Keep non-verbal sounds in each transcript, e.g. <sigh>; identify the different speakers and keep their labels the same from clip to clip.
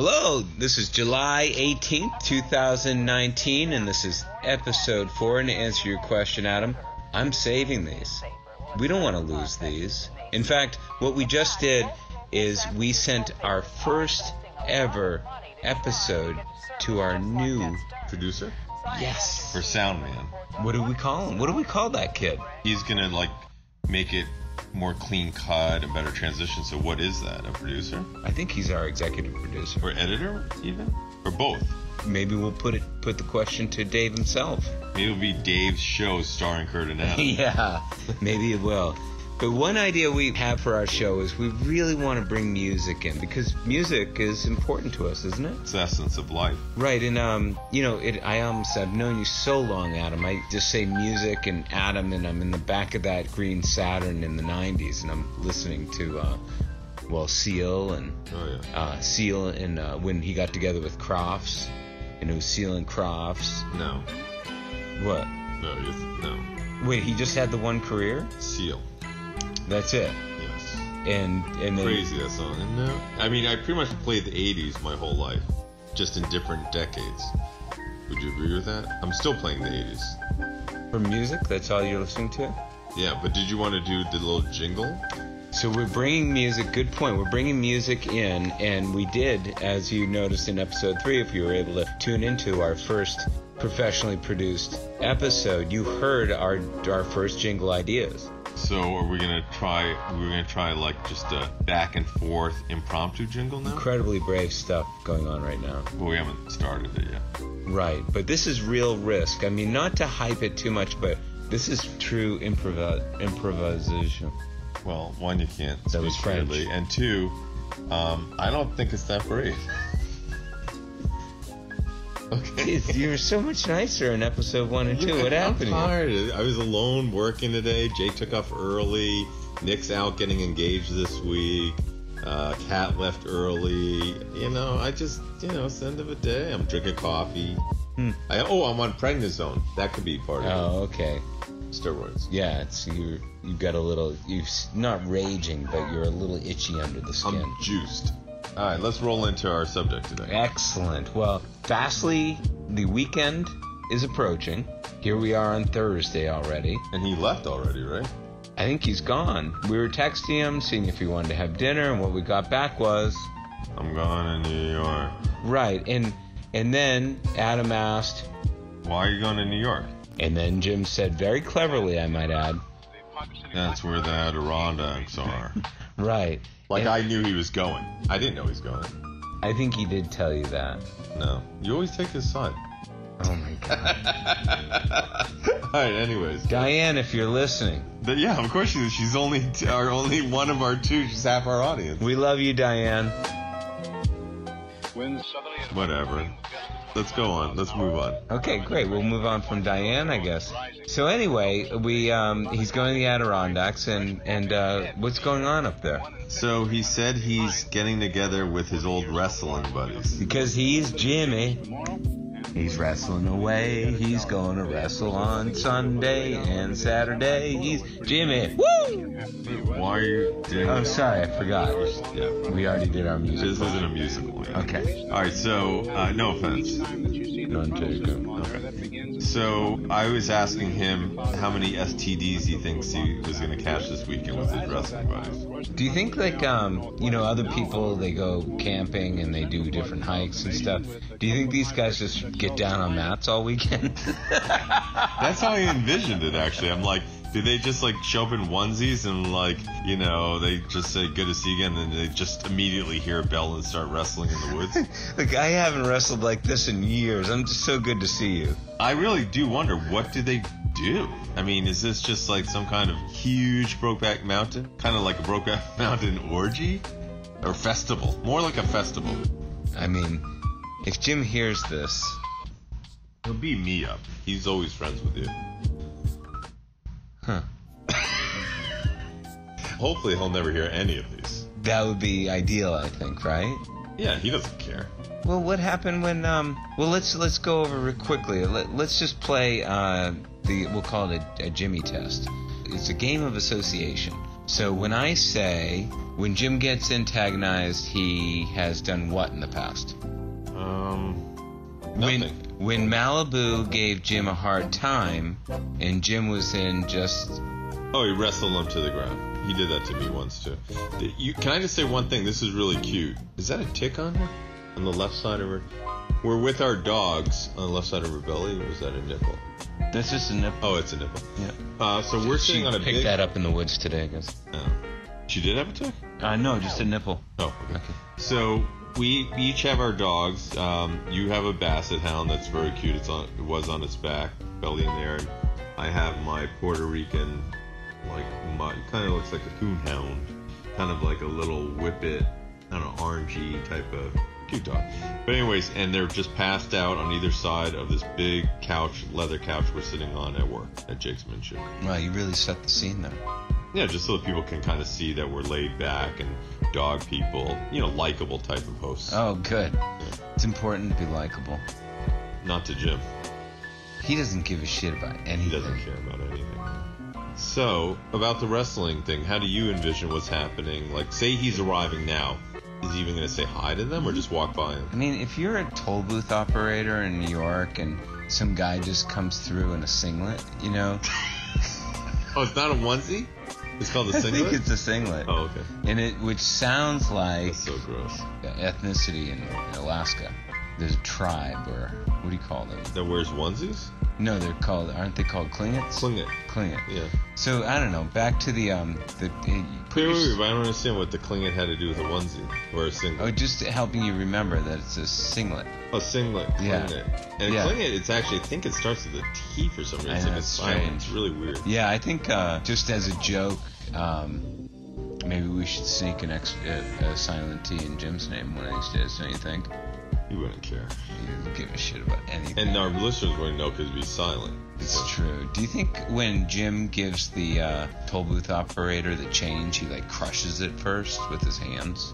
Speaker 1: Hello, this is July 18th, 2019, and this is episode 4. And to answer your question, Adam, I'm saving these. We don't want to lose these. In fact, what we just did is we sent our first ever episode to our new.
Speaker 2: producer
Speaker 1: Yes.
Speaker 2: for sound man.
Speaker 1: What do we call him? What do we call that kid?
Speaker 2: He's gonna like make it more clean cut and better transition. So what is that? A producer
Speaker 1: I think he's our executive producer.
Speaker 2: or editor even or both?
Speaker 1: Maybe we'll put it put the question to Dave himself.
Speaker 2: Maybe it'll be Dave's show starring Kurt and
Speaker 1: <laughs>
Speaker 2: Adam.
Speaker 1: yeah, maybe it will. But one idea we have for our show is we really want to bring music in because music is important to us, isn't it?
Speaker 2: it's the essence of life.
Speaker 1: Right, and um, you know, it, I almost I've known you so long, Adam. I just say music and Adam, and I'm in the back of that green Saturn in the '90s, and I'm listening to, uh, well, Seal and
Speaker 2: Oh yeah.
Speaker 1: uh, Seal and uh, when he got together with Crofts, and it was Seal and Crofts.
Speaker 2: No,
Speaker 1: What?
Speaker 2: no, it's- no.
Speaker 1: Wait, he just had the one career.
Speaker 2: Seal.
Speaker 1: That's it.
Speaker 2: Yes.
Speaker 1: And and then
Speaker 2: Crazy that song. And no, I mean I pretty much played the '80s my whole life, just in different decades. Would you agree with that? I'm still playing the '80s.
Speaker 1: for music, that's all you're listening to.
Speaker 2: Yeah, but did you want to do the little jingle?
Speaker 1: So we're bringing music. Good point. We're bringing music in, and we did, as you noticed in episode three, if you were able to tune into our first professionally produced episode, you heard our our first jingle ideas.
Speaker 2: So are we gonna try? We're gonna try like just a back and forth impromptu jingle now.
Speaker 1: Incredibly brave stuff going on right now.
Speaker 2: Well, we haven't started it yet.
Speaker 1: Right, but this is real risk. I mean, not to hype it too much, but this is true improv improvisation. <laughs>
Speaker 2: Well, one, you can't.
Speaker 1: That was
Speaker 2: speak
Speaker 1: French.
Speaker 2: clearly, and two, um, I don't think it's that
Speaker 1: <laughs>
Speaker 2: brave. okay.
Speaker 1: Jeez, you were so much nicer in episode one and two. What happened? to
Speaker 2: I'm
Speaker 1: you?
Speaker 2: tired. I was alone working today. Jake took off early. Nick's out getting engaged this week. Uh, Kat left early. You know, I just, you know, it's the end of the day. I'm drinking coffee.
Speaker 1: Hmm.
Speaker 2: I, oh, I'm on prednisone. That could be part of
Speaker 1: Oh, okay.
Speaker 2: it. steroids.
Speaker 1: Yeah, it's you. You've got a little. You're s- not raging, but you're a little itchy under the skin.
Speaker 2: I'm juiced. All right, let's roll into our subject today.
Speaker 1: Excellent. Well, fastly, the weekend is approaching. Here we are on Thursday already.
Speaker 2: And he left already, right?
Speaker 1: I think he's gone. We were texting him, seeing if he wanted to have dinner, and what we got back was
Speaker 2: I'm going to New York.
Speaker 1: right. And and then Adam asked,
Speaker 2: Why are you going to New York?
Speaker 1: and then Jim said very cleverly, I might add,
Speaker 2: That's where the Adirondacks are.
Speaker 1: right.
Speaker 2: <laughs> like
Speaker 1: And
Speaker 2: I knew he was going. I didn't know he was going.
Speaker 1: I think he did tell you that.
Speaker 2: No, you always take his side.
Speaker 1: Oh my God,
Speaker 2: All right. Anyways,
Speaker 1: Diane, if you're listening,
Speaker 2: but yeah, of course she, she's only t- our only one of our two. She's half our audience.
Speaker 1: we love you, Diane.
Speaker 3: When suddenly it
Speaker 2: Whatever. Let's go on. Let's move on.
Speaker 1: Okay, great. We'll move on from Diane, I guess. So anyway, we um, he's going to the Adirondacks, and and uh, what's going on up there?
Speaker 2: So he said he's getting together with his old wrestling buddies.
Speaker 1: Because he's Jimmy. He's wrestling away. He's going to wrestle on Sunday and Saturday. He's Jimmy. Woo!
Speaker 2: Why are you doing?
Speaker 1: I'm sorry, I forgot.
Speaker 2: Yeah.
Speaker 1: We already did our
Speaker 2: This
Speaker 1: music.
Speaker 2: isn't a musical. yeah.
Speaker 1: Okay.
Speaker 2: All right. So uh, no offense.
Speaker 3: time that you see the
Speaker 1: None
Speaker 3: tunnel
Speaker 1: taken.
Speaker 3: system on there, that begins
Speaker 2: So I was asking him how many STDs he thinks he was going to catch this weekend with his wrestling buddies.
Speaker 1: Do you think like um, you know other people they go camping and they do different hikes and stuff? Do you think these guys just get down on mats all weekend? <laughs>
Speaker 2: That's how I envisioned it. Actually, I'm like, do they just like show up in onesies and like, you know, they just say good to see you again, and then they just immediately hear a bell and start wrestling in the woods?
Speaker 1: Look, I haven't wrestled like this in years. I'm just so good to see you.
Speaker 2: I really do wonder what do they do. I mean, is this just like some kind of huge Brokeback Mountain, kind of like a Brokeback <laughs> Mountain orgy or festival? More like a festival.
Speaker 1: I mean, if Jim hears this,
Speaker 2: He'll beat me up. He's always friends with you.
Speaker 1: huh,
Speaker 2: Hopefully, he'll never hear any of these.
Speaker 1: that would be ideal, I think, right?
Speaker 2: Yeah, he doesn't care.
Speaker 1: Well, what happened when? Um, well, let's let's go over it quickly. Let, let's just play uh, the we'll call it a, a Jimmy test. It's a game of association. So when I say when Jim gets antagonized, he has done what in the past?
Speaker 2: Um,
Speaker 1: When
Speaker 2: Nothing.
Speaker 1: when Malibu gave Jim a hard time, and Jim was in just
Speaker 2: oh, he wrestled him to the ground. He did that to me once too. Did You, can I just say one thing? This is really cute. Is that a tick on her? On the left side of her? We're with our dogs on the left side of her belly, or is that a nipple?
Speaker 1: that's just a nipple.
Speaker 2: Oh, it's a nipple.
Speaker 1: Yeah.
Speaker 2: Uh, so we're
Speaker 1: She
Speaker 2: sitting on a
Speaker 1: picked
Speaker 2: big.
Speaker 1: that up in the woods today, I guess.
Speaker 2: Oh. She did have a tick.
Speaker 1: Uh, no, just a nipple.
Speaker 2: Oh, okay.
Speaker 1: Okay.
Speaker 2: So we each have our dogs. Um, you have a basset hound that's very cute. It's on it was on its back, belly in there. And I have my Puerto Rican, like my kind of looks like a coon hound, kind of like a little whippet, I don't know, orangey type of cute dog. But anyways, and they're just passed out on either side of this big couch, leather couch we're sitting on at work at Jake's Mansion.
Speaker 1: Wow, you really set the scene there.
Speaker 2: Yeah, just so that people can kind of see that we're laid back and dog people, you know, likable type of hosts.
Speaker 1: Oh, good. It's important to be likable.
Speaker 2: Not to Jim.
Speaker 1: He doesn't give a shit about anything.
Speaker 2: He doesn't care about anything. So, about the wrestling thing, how do you envision what's happening? Like, say he's arriving now. Is he even going to say hi to them or just walk by him?
Speaker 1: I mean, if you're a toll booth operator in New York and some guy just comes through in a singlet, you know,
Speaker 2: Oh, it's not a onesie? It's called a
Speaker 1: Mm-hmm. <laughs> I think
Speaker 2: singlet?
Speaker 1: it's a singlet,
Speaker 2: Oh, okay.
Speaker 1: and it which sounds like
Speaker 2: That's so gross.
Speaker 1: ethnicity in, in Alaska. There's a tribe, or what do you call them?
Speaker 2: That wears onesies?
Speaker 1: No, they're called. Aren't they called Klingits?
Speaker 2: Sling it.
Speaker 1: Klingit.
Speaker 2: Yeah.
Speaker 1: So I don't know. Back to the um the. you put
Speaker 2: Wait,
Speaker 1: your-
Speaker 2: wait, wait, but I don't understand what the Klingon had to do with a onesie or a singlet.
Speaker 1: Oh, just helping you remember that it's a singlet.
Speaker 2: A singlet,
Speaker 1: Yeah.
Speaker 2: Klingon. And
Speaker 1: Yeah.
Speaker 2: Klingon, it's actually, I think it starts with a T for some reason.
Speaker 1: I know,
Speaker 2: it's
Speaker 1: it's
Speaker 2: silent.
Speaker 1: strange.
Speaker 2: It's really weird.
Speaker 1: Yeah, I think uh, just as a joke, um, maybe we should sneak an ex- uh, a, a silent T in Jim's name one of these days. Don't you think?
Speaker 2: You wouldn't care.
Speaker 1: He doesn't give a shit about anything.
Speaker 2: And our listeners wouldn't know because it'd be silent.
Speaker 1: it's true. Do you think when Jim gives the uh, toll booth operator the change, he like crushes it first with his hands?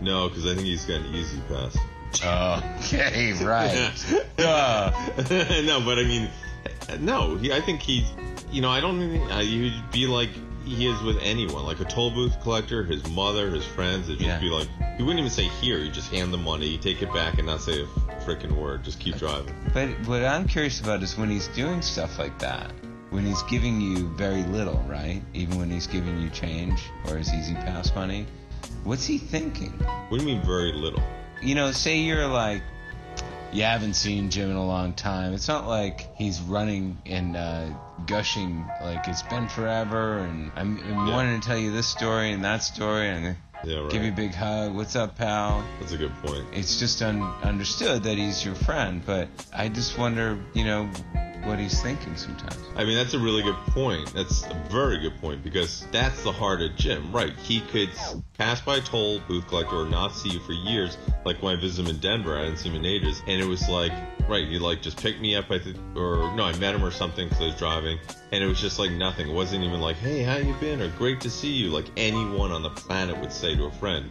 Speaker 2: No, because I think he's got an easy pass.
Speaker 1: okay, <laughs> right. Duh.
Speaker 2: <laughs> no, but I mean, no. He, I think he, you know, I don't. think- Uh, he'd be like he is with anyone, like a toll booth collector, his mother, his friends. It'd just
Speaker 1: Yeah.
Speaker 2: be like he wouldn't even say here. He'd just hand the money, take it back, and not say a freaking word. Just keep driving.
Speaker 1: But what I'm curious about is when he's doing stuff like that, when he's giving you very little, right? Even when he's giving you change or his easy pass money, what's he thinking?
Speaker 2: What do you mean very little?
Speaker 1: You know, say you're like, you haven't seen Jim in a long time. It's not like he's running and uh, gushing like it's been forever, and I'm, I'm
Speaker 2: Yeah.
Speaker 1: wanting to tell you this story and that story, and
Speaker 2: Yeah, right.
Speaker 1: give you a big hug. What's up, pal?
Speaker 2: That's a good point.
Speaker 1: it's just un- understood that he's your friend, but I just wonder, you know, what he's thinking sometimes.
Speaker 2: I mean, that's a really good point. That's a very good point because that's the heart of Jim, right? He could s- pass by a toll booth collector or not see you for years. Like when I visited him in Denver, I didn't see him in ages, and it was like, right, he like just picked me up, I think, or no, I met him or something because I was driving, and it was just like nothing. It wasn't even like, hey, how you been, or great to see you, like anyone on the planet would say to a friend.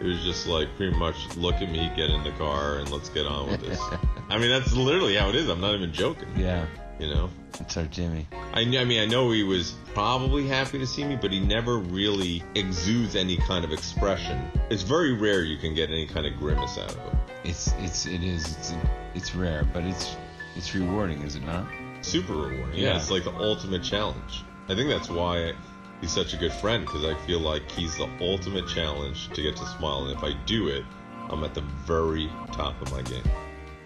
Speaker 2: It was just like pretty much look at me, get in the car, and let's get on with this. I mean, that's literally how it is. I'm not even joking,
Speaker 1: Yeah,
Speaker 2: you know.
Speaker 1: it's our Jimmy.
Speaker 2: I, kn- I mean, I know he was probably happy to see me, but he never really exudes any kind of expression. It's very rare you can get any kind of grimace out of him.
Speaker 1: It's it's it is it's it's rare, but it's it's rewarding, is it not?
Speaker 2: Super rewarding. Yeah,
Speaker 1: Yeah.
Speaker 2: it's like the ultimate challenge. I think that's why he's such a good friend, because I feel like he's the ultimate challenge to get to smile, and if I do it, I'm at the very top of my game.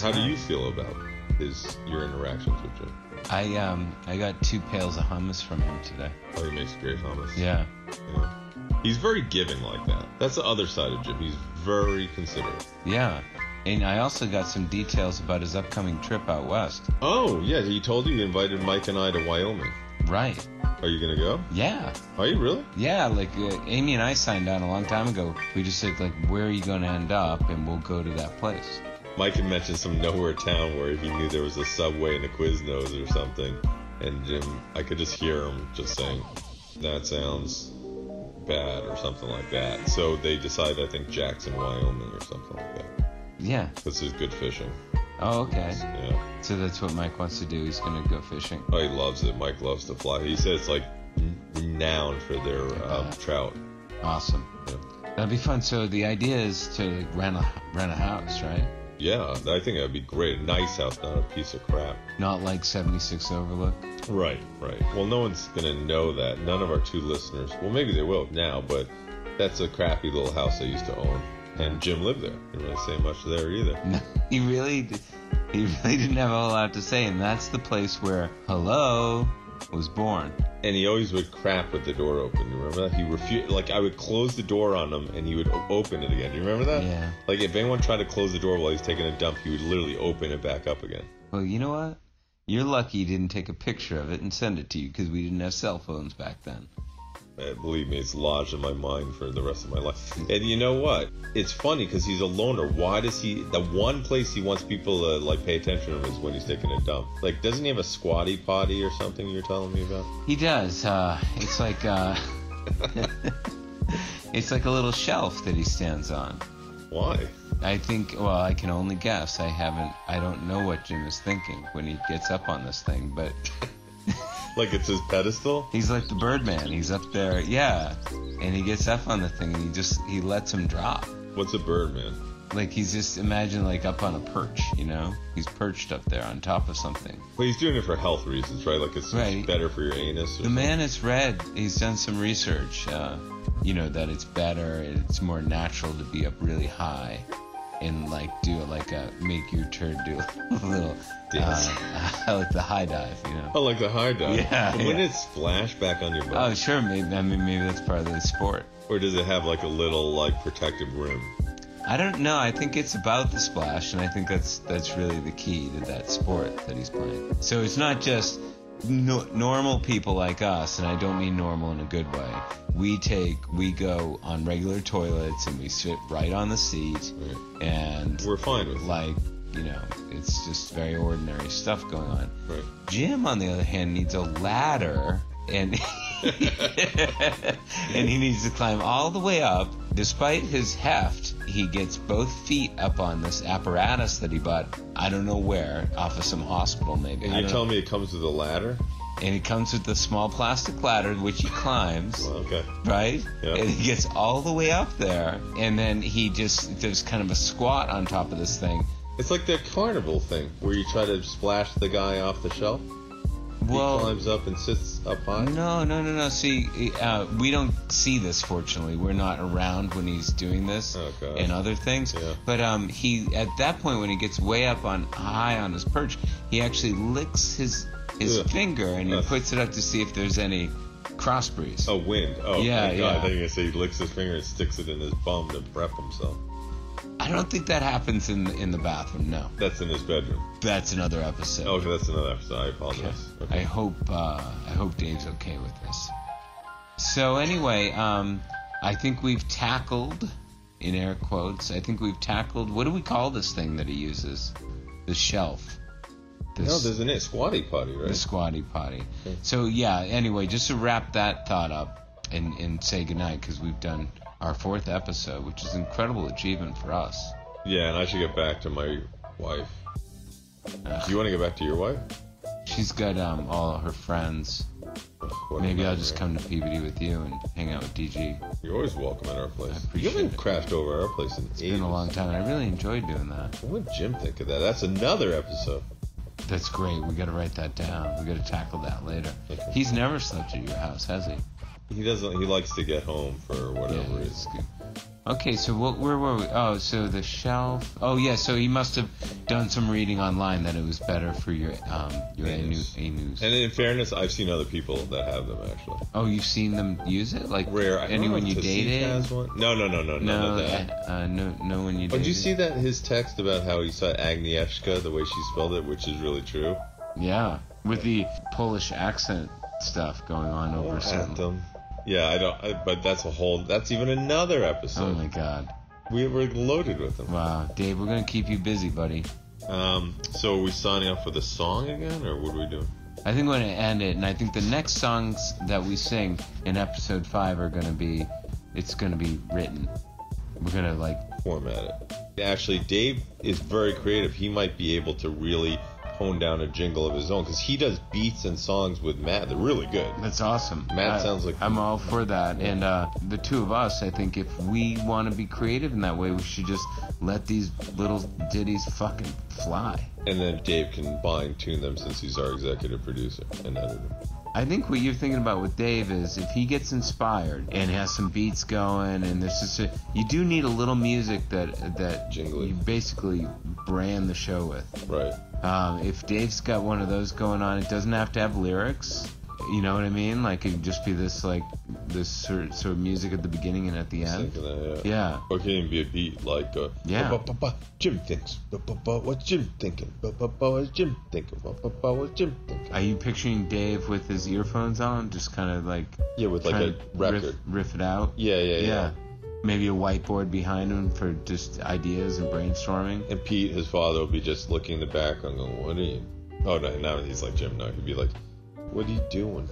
Speaker 2: How do you feel about his your interactions with Jim?
Speaker 1: I um I got two pails of hummus from him today.
Speaker 2: Oh, he makes great hummus.
Speaker 1: Yeah,
Speaker 2: Yeah. He's very giving like that. That's the other side of Jim. He's very considerate.
Speaker 1: yeah, and I also got some details about his upcoming trip out west.
Speaker 2: Oh, yeah, he told you he invited Mike and I to Wyoming.
Speaker 1: Right.
Speaker 2: Are you going to go?
Speaker 1: Yeah.
Speaker 2: Are you really?
Speaker 1: Yeah, like uh, Amy and I signed on a long time ago. We just said like, where are you going to end up, and we'll go to that place.
Speaker 2: Mike had mentioned some nowhere town where he knew there was a subway and a Quiznos or something. And Jim, I could just hear him just saying, that sounds bad or something like that. So they decided, I think, Jackson, Wyoming or something like that.
Speaker 1: Yeah.
Speaker 2: This is good fishing.
Speaker 1: Oh, okay.
Speaker 2: Yeah.
Speaker 1: So that's what Mike wants to do. He's gonna go fishing.
Speaker 2: Oh, he loves it. Mike loves to fly. He says like n- renowned for their um, trout.
Speaker 1: Awesome. That'd be fun. So the idea is to rent a rent a house, right?
Speaker 2: Yeah, I think that'd be great. A nice house, not a piece of crap.
Speaker 1: Not like 76 Overlook. <laughs>
Speaker 2: Right, right. Well, no one's gonna know that. None of our two listeners. Well, maybe they will now, but that's a crappy little house I used to own, and Jim lived there. Didn't really say much there either.
Speaker 1: he really, d- he really didn't have a whole lot to say, and that's the place where hello was born.
Speaker 2: And he always would crap with the door open. You remember that? He refused. Like I would close the door on him, and he would o- open it again. You remember that?
Speaker 1: Yeah.
Speaker 2: Like if anyone tried to close the door while he was taking a dump, he would literally open it back up again.
Speaker 1: Well, you know what? You're lucky you didn't take a picture of it and send it to you because we didn't have cell phones back then.
Speaker 2: Uh, believe me, it's lodged in my mind for the rest of my life. And you know what? It's funny because he's a loner. Why does he? The one place he wants people to like pay attention to him is when he's taking a dump. Like, doesn't he have a squatty potty or something you're telling me about?
Speaker 1: He does. Uh, it's like uh, <laughs> it's like a little shelf that he stands on.
Speaker 2: Why?
Speaker 1: I think. Well, I can only guess. I haven't. I don't know what Jim is thinking when he gets up on this thing, but
Speaker 2: Like it's his pedestal?
Speaker 1: he's like the Birdman. He's up there. Yeah, and he gets up on the thing and he just he lets him drop.
Speaker 2: What's a bird, man?
Speaker 1: Like he's just imagine like up on a perch. You know, he's perched up there on top of something.
Speaker 2: Well, he's doing it for health reasons, right? Like it's it's
Speaker 1: Right.
Speaker 2: better for your anus. Or
Speaker 1: The man has read, he's done some research, uh, you know, that it's better, it's more natural to be up really high and like do like a make your turd do a little
Speaker 2: Dance.
Speaker 1: uh, <laughs> like the high dive, you know.
Speaker 2: Oh, like the high dive.
Speaker 1: Yeah,
Speaker 2: But Wouldn't
Speaker 1: yeah.
Speaker 2: it splash back on your
Speaker 1: Oh,
Speaker 2: butt?
Speaker 1: sure, maybe I mean maybe that's part of the sport.
Speaker 2: or does it have like a little like protective rim?
Speaker 1: I don't know. I think it's about the splash, and I think that's that's really the key to that sport that he's playing. So it's not just no, normal people like us, and I don't mean normal in a good way. We take, we go on regular toilets, and we sit right on the seat,
Speaker 2: Right.
Speaker 1: and
Speaker 2: We're fine with it.
Speaker 1: like you know, it's just very ordinary stuff going on.
Speaker 2: Right.
Speaker 1: Jim, on the other hand, needs a ladder and <laughs> and he needs to climb all the way up. Despite his heft, he gets both feet up on this apparatus that he bought. I don't know where, off of some hospital maybe.
Speaker 2: And
Speaker 1: I
Speaker 2: you're
Speaker 1: don't-
Speaker 2: telling me it comes with a ladder?
Speaker 1: and it comes with a small plastic ladder which he
Speaker 2: <laughs>
Speaker 1: climbs
Speaker 2: Well, okay.
Speaker 1: right?
Speaker 2: Yeah.
Speaker 1: And he gets all the way up there, and then he just does kind of a squat on top of this thing.
Speaker 2: It's like that carnival thing where you try to splash the guy off the shelf.
Speaker 1: Well,
Speaker 2: he climbs up and sits up high.
Speaker 1: No, no, no, no. See, uh, we don't see this. Fortunately, we're not around when he's doing this
Speaker 2: Oh, gosh.
Speaker 1: and other things.
Speaker 2: Yeah.
Speaker 1: But um, he at that point when he gets way up on high on his perch, he actually licks his his
Speaker 2: Ugh.
Speaker 1: finger and he
Speaker 2: Ugh.
Speaker 1: puts it up to see if there's any cross breeze.
Speaker 2: Oh, wind. Oh,
Speaker 1: Yeah,
Speaker 2: thank God.
Speaker 1: yeah.
Speaker 2: I thought you were gonna say he licks his finger and sticks it in his bum to prep himself.
Speaker 1: I don't think that happens in in the bathroom. No,
Speaker 2: That's in his bedroom.
Speaker 1: that's another episode.
Speaker 2: Oh, okay, that's another episode. I apologize.
Speaker 1: I
Speaker 2: Okay.
Speaker 1: hope uh, I hope Dave's okay with this. So anyway, um, I think we've tackled, in air quotes, I think we've tackled. What do we call this thing that he uses? The shelf. Oh, This,
Speaker 2: No, there's an it squatty potty,
Speaker 1: the
Speaker 2: right?
Speaker 1: squatty potty. So yeah. Anyway, just to wrap that thought up and and say goodnight because we've done our fourth episode, which is an incredible achievement for us.
Speaker 2: Yeah, and I should get back to my wife. Do you want to get back to your wife?
Speaker 1: She's got um, all her friends. Maybe I'll just come to Peabody with you and hang out with DG.
Speaker 2: You're always welcome at our place. You
Speaker 1: appreciate
Speaker 2: haven't
Speaker 1: it.
Speaker 2: crashed over our place in
Speaker 1: It's
Speaker 2: ages.
Speaker 1: been a long time, and I really enjoyed doing that.
Speaker 2: What would Jim think of that? That's another episode.
Speaker 1: That's great. We got to write that down. We got to tackle that later.
Speaker 2: Okay.
Speaker 1: He's never slept at your house, has he?
Speaker 2: He doesn't. He likes to get home for whatever reason.
Speaker 1: that's good. Okay, so what? Where were we? Oh, so the shelf. Oh, yeah. So he must have done some reading online that it was better for your um your
Speaker 2: Anus.
Speaker 1: anus. anus.
Speaker 2: And in fairness, I've seen other people that have them actually.
Speaker 1: oh, you've seen them use it? Like
Speaker 2: Rare. I don't
Speaker 1: anyone
Speaker 2: know
Speaker 1: you
Speaker 2: if Tasik
Speaker 1: dated?
Speaker 2: Has one. No, no, no, no, none
Speaker 1: no,
Speaker 2: of that.
Speaker 1: uh, uh, no, no one you
Speaker 2: Oh,
Speaker 1: dated.
Speaker 2: did you see that his text about how he saw Agnieszka the way she spelled it, which is really true?
Speaker 1: Yeah, with the Polish accent stuff going on over certain.
Speaker 2: Anthem. Yeah, I don't. I, but that's a whole. That's even another
Speaker 1: Oh
Speaker 2: episode.
Speaker 1: my God.
Speaker 2: we were loaded with them.
Speaker 1: Wow, Dave, we're gonna keep you busy, buddy.
Speaker 2: Um. So are we signing off with a song again, or what are we doing?
Speaker 1: I think we're gonna end it, and I think the next songs that we sing in episode five are gonna be, it's gonna be written. We're gonna like,
Speaker 2: format it. Actually, Dave is very creative. He might be able to really hone down a jingle of his own because he does beats and songs with Matt. They're really good.
Speaker 1: That's awesome.
Speaker 2: Matt
Speaker 1: I-
Speaker 2: sounds like-
Speaker 1: I'm all for that. And uh, the two of us, I think, if we want to be creative in that way, we should just let these little ditties fucking fly.
Speaker 2: And then Dave can bind tune them since he's our executive producer and editor.
Speaker 1: I think what you're thinking about with Dave is if he gets inspired and has some beats going, and there's just a, you do need a little music that that
Speaker 2: Jingly.
Speaker 1: you basically brand the show with.
Speaker 2: Right.
Speaker 1: Um, if Dave's got one of those going on, it doesn't have to have lyrics. You know what I mean? Like it could just be this like this sort, sort of music at the beginning and at the
Speaker 2: I was
Speaker 1: end.
Speaker 2: thinking that, yeah.
Speaker 1: Yeah.
Speaker 2: Or it can even be a beat like, uh,
Speaker 1: Yeah.
Speaker 2: "Ba-ba-ba-ba, Jim thinks. Ba-ba-ba, What's Jim thinking? Ba-ba-ba, What's Jim thinking? Ba-ba-ba, What's Jim thinking?
Speaker 1: Are you picturing Dave with his earphones on, just kind of like
Speaker 2: yeah, with like
Speaker 1: trying
Speaker 2: a
Speaker 1: to
Speaker 2: record.
Speaker 1: riff, riff it out?
Speaker 2: Yeah, yeah, yeah,
Speaker 1: Maybe a whiteboard behind him for just ideas and brainstorming.
Speaker 2: And Pete, his father, will be just looking in the background going, What are you? Oh, no, now he's like Jim now. He'd be like, What are you doing?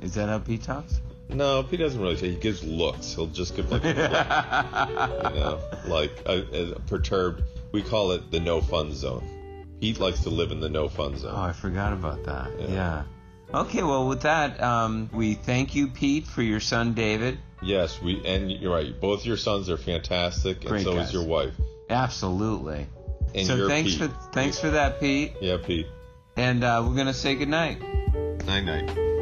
Speaker 1: Is that how Pete talks?
Speaker 2: No, Pete doesn't really say. He gives looks. He'll just give like a look,
Speaker 1: <laughs>
Speaker 2: you know, like a, a perturbed. We call it the no fun zone. Pete likes to live in the no fun
Speaker 1: Oh,
Speaker 2: zone.
Speaker 1: I forgot about that.
Speaker 2: Yeah.
Speaker 1: Yeah. Okay, well, with that, um, we thank you, Pete, for your son, David.
Speaker 2: Yes, we and you're right. Both your sons are fantastic, and
Speaker 1: Great
Speaker 2: so is
Speaker 1: guys.
Speaker 2: your wife.
Speaker 1: Absolutely.
Speaker 2: And
Speaker 1: so
Speaker 2: you're
Speaker 1: thanks
Speaker 2: Pete.
Speaker 1: for thanks for that, Pete.
Speaker 2: Yeah, Pete.
Speaker 1: And uh, we're gonna say goodnight.
Speaker 2: Night night.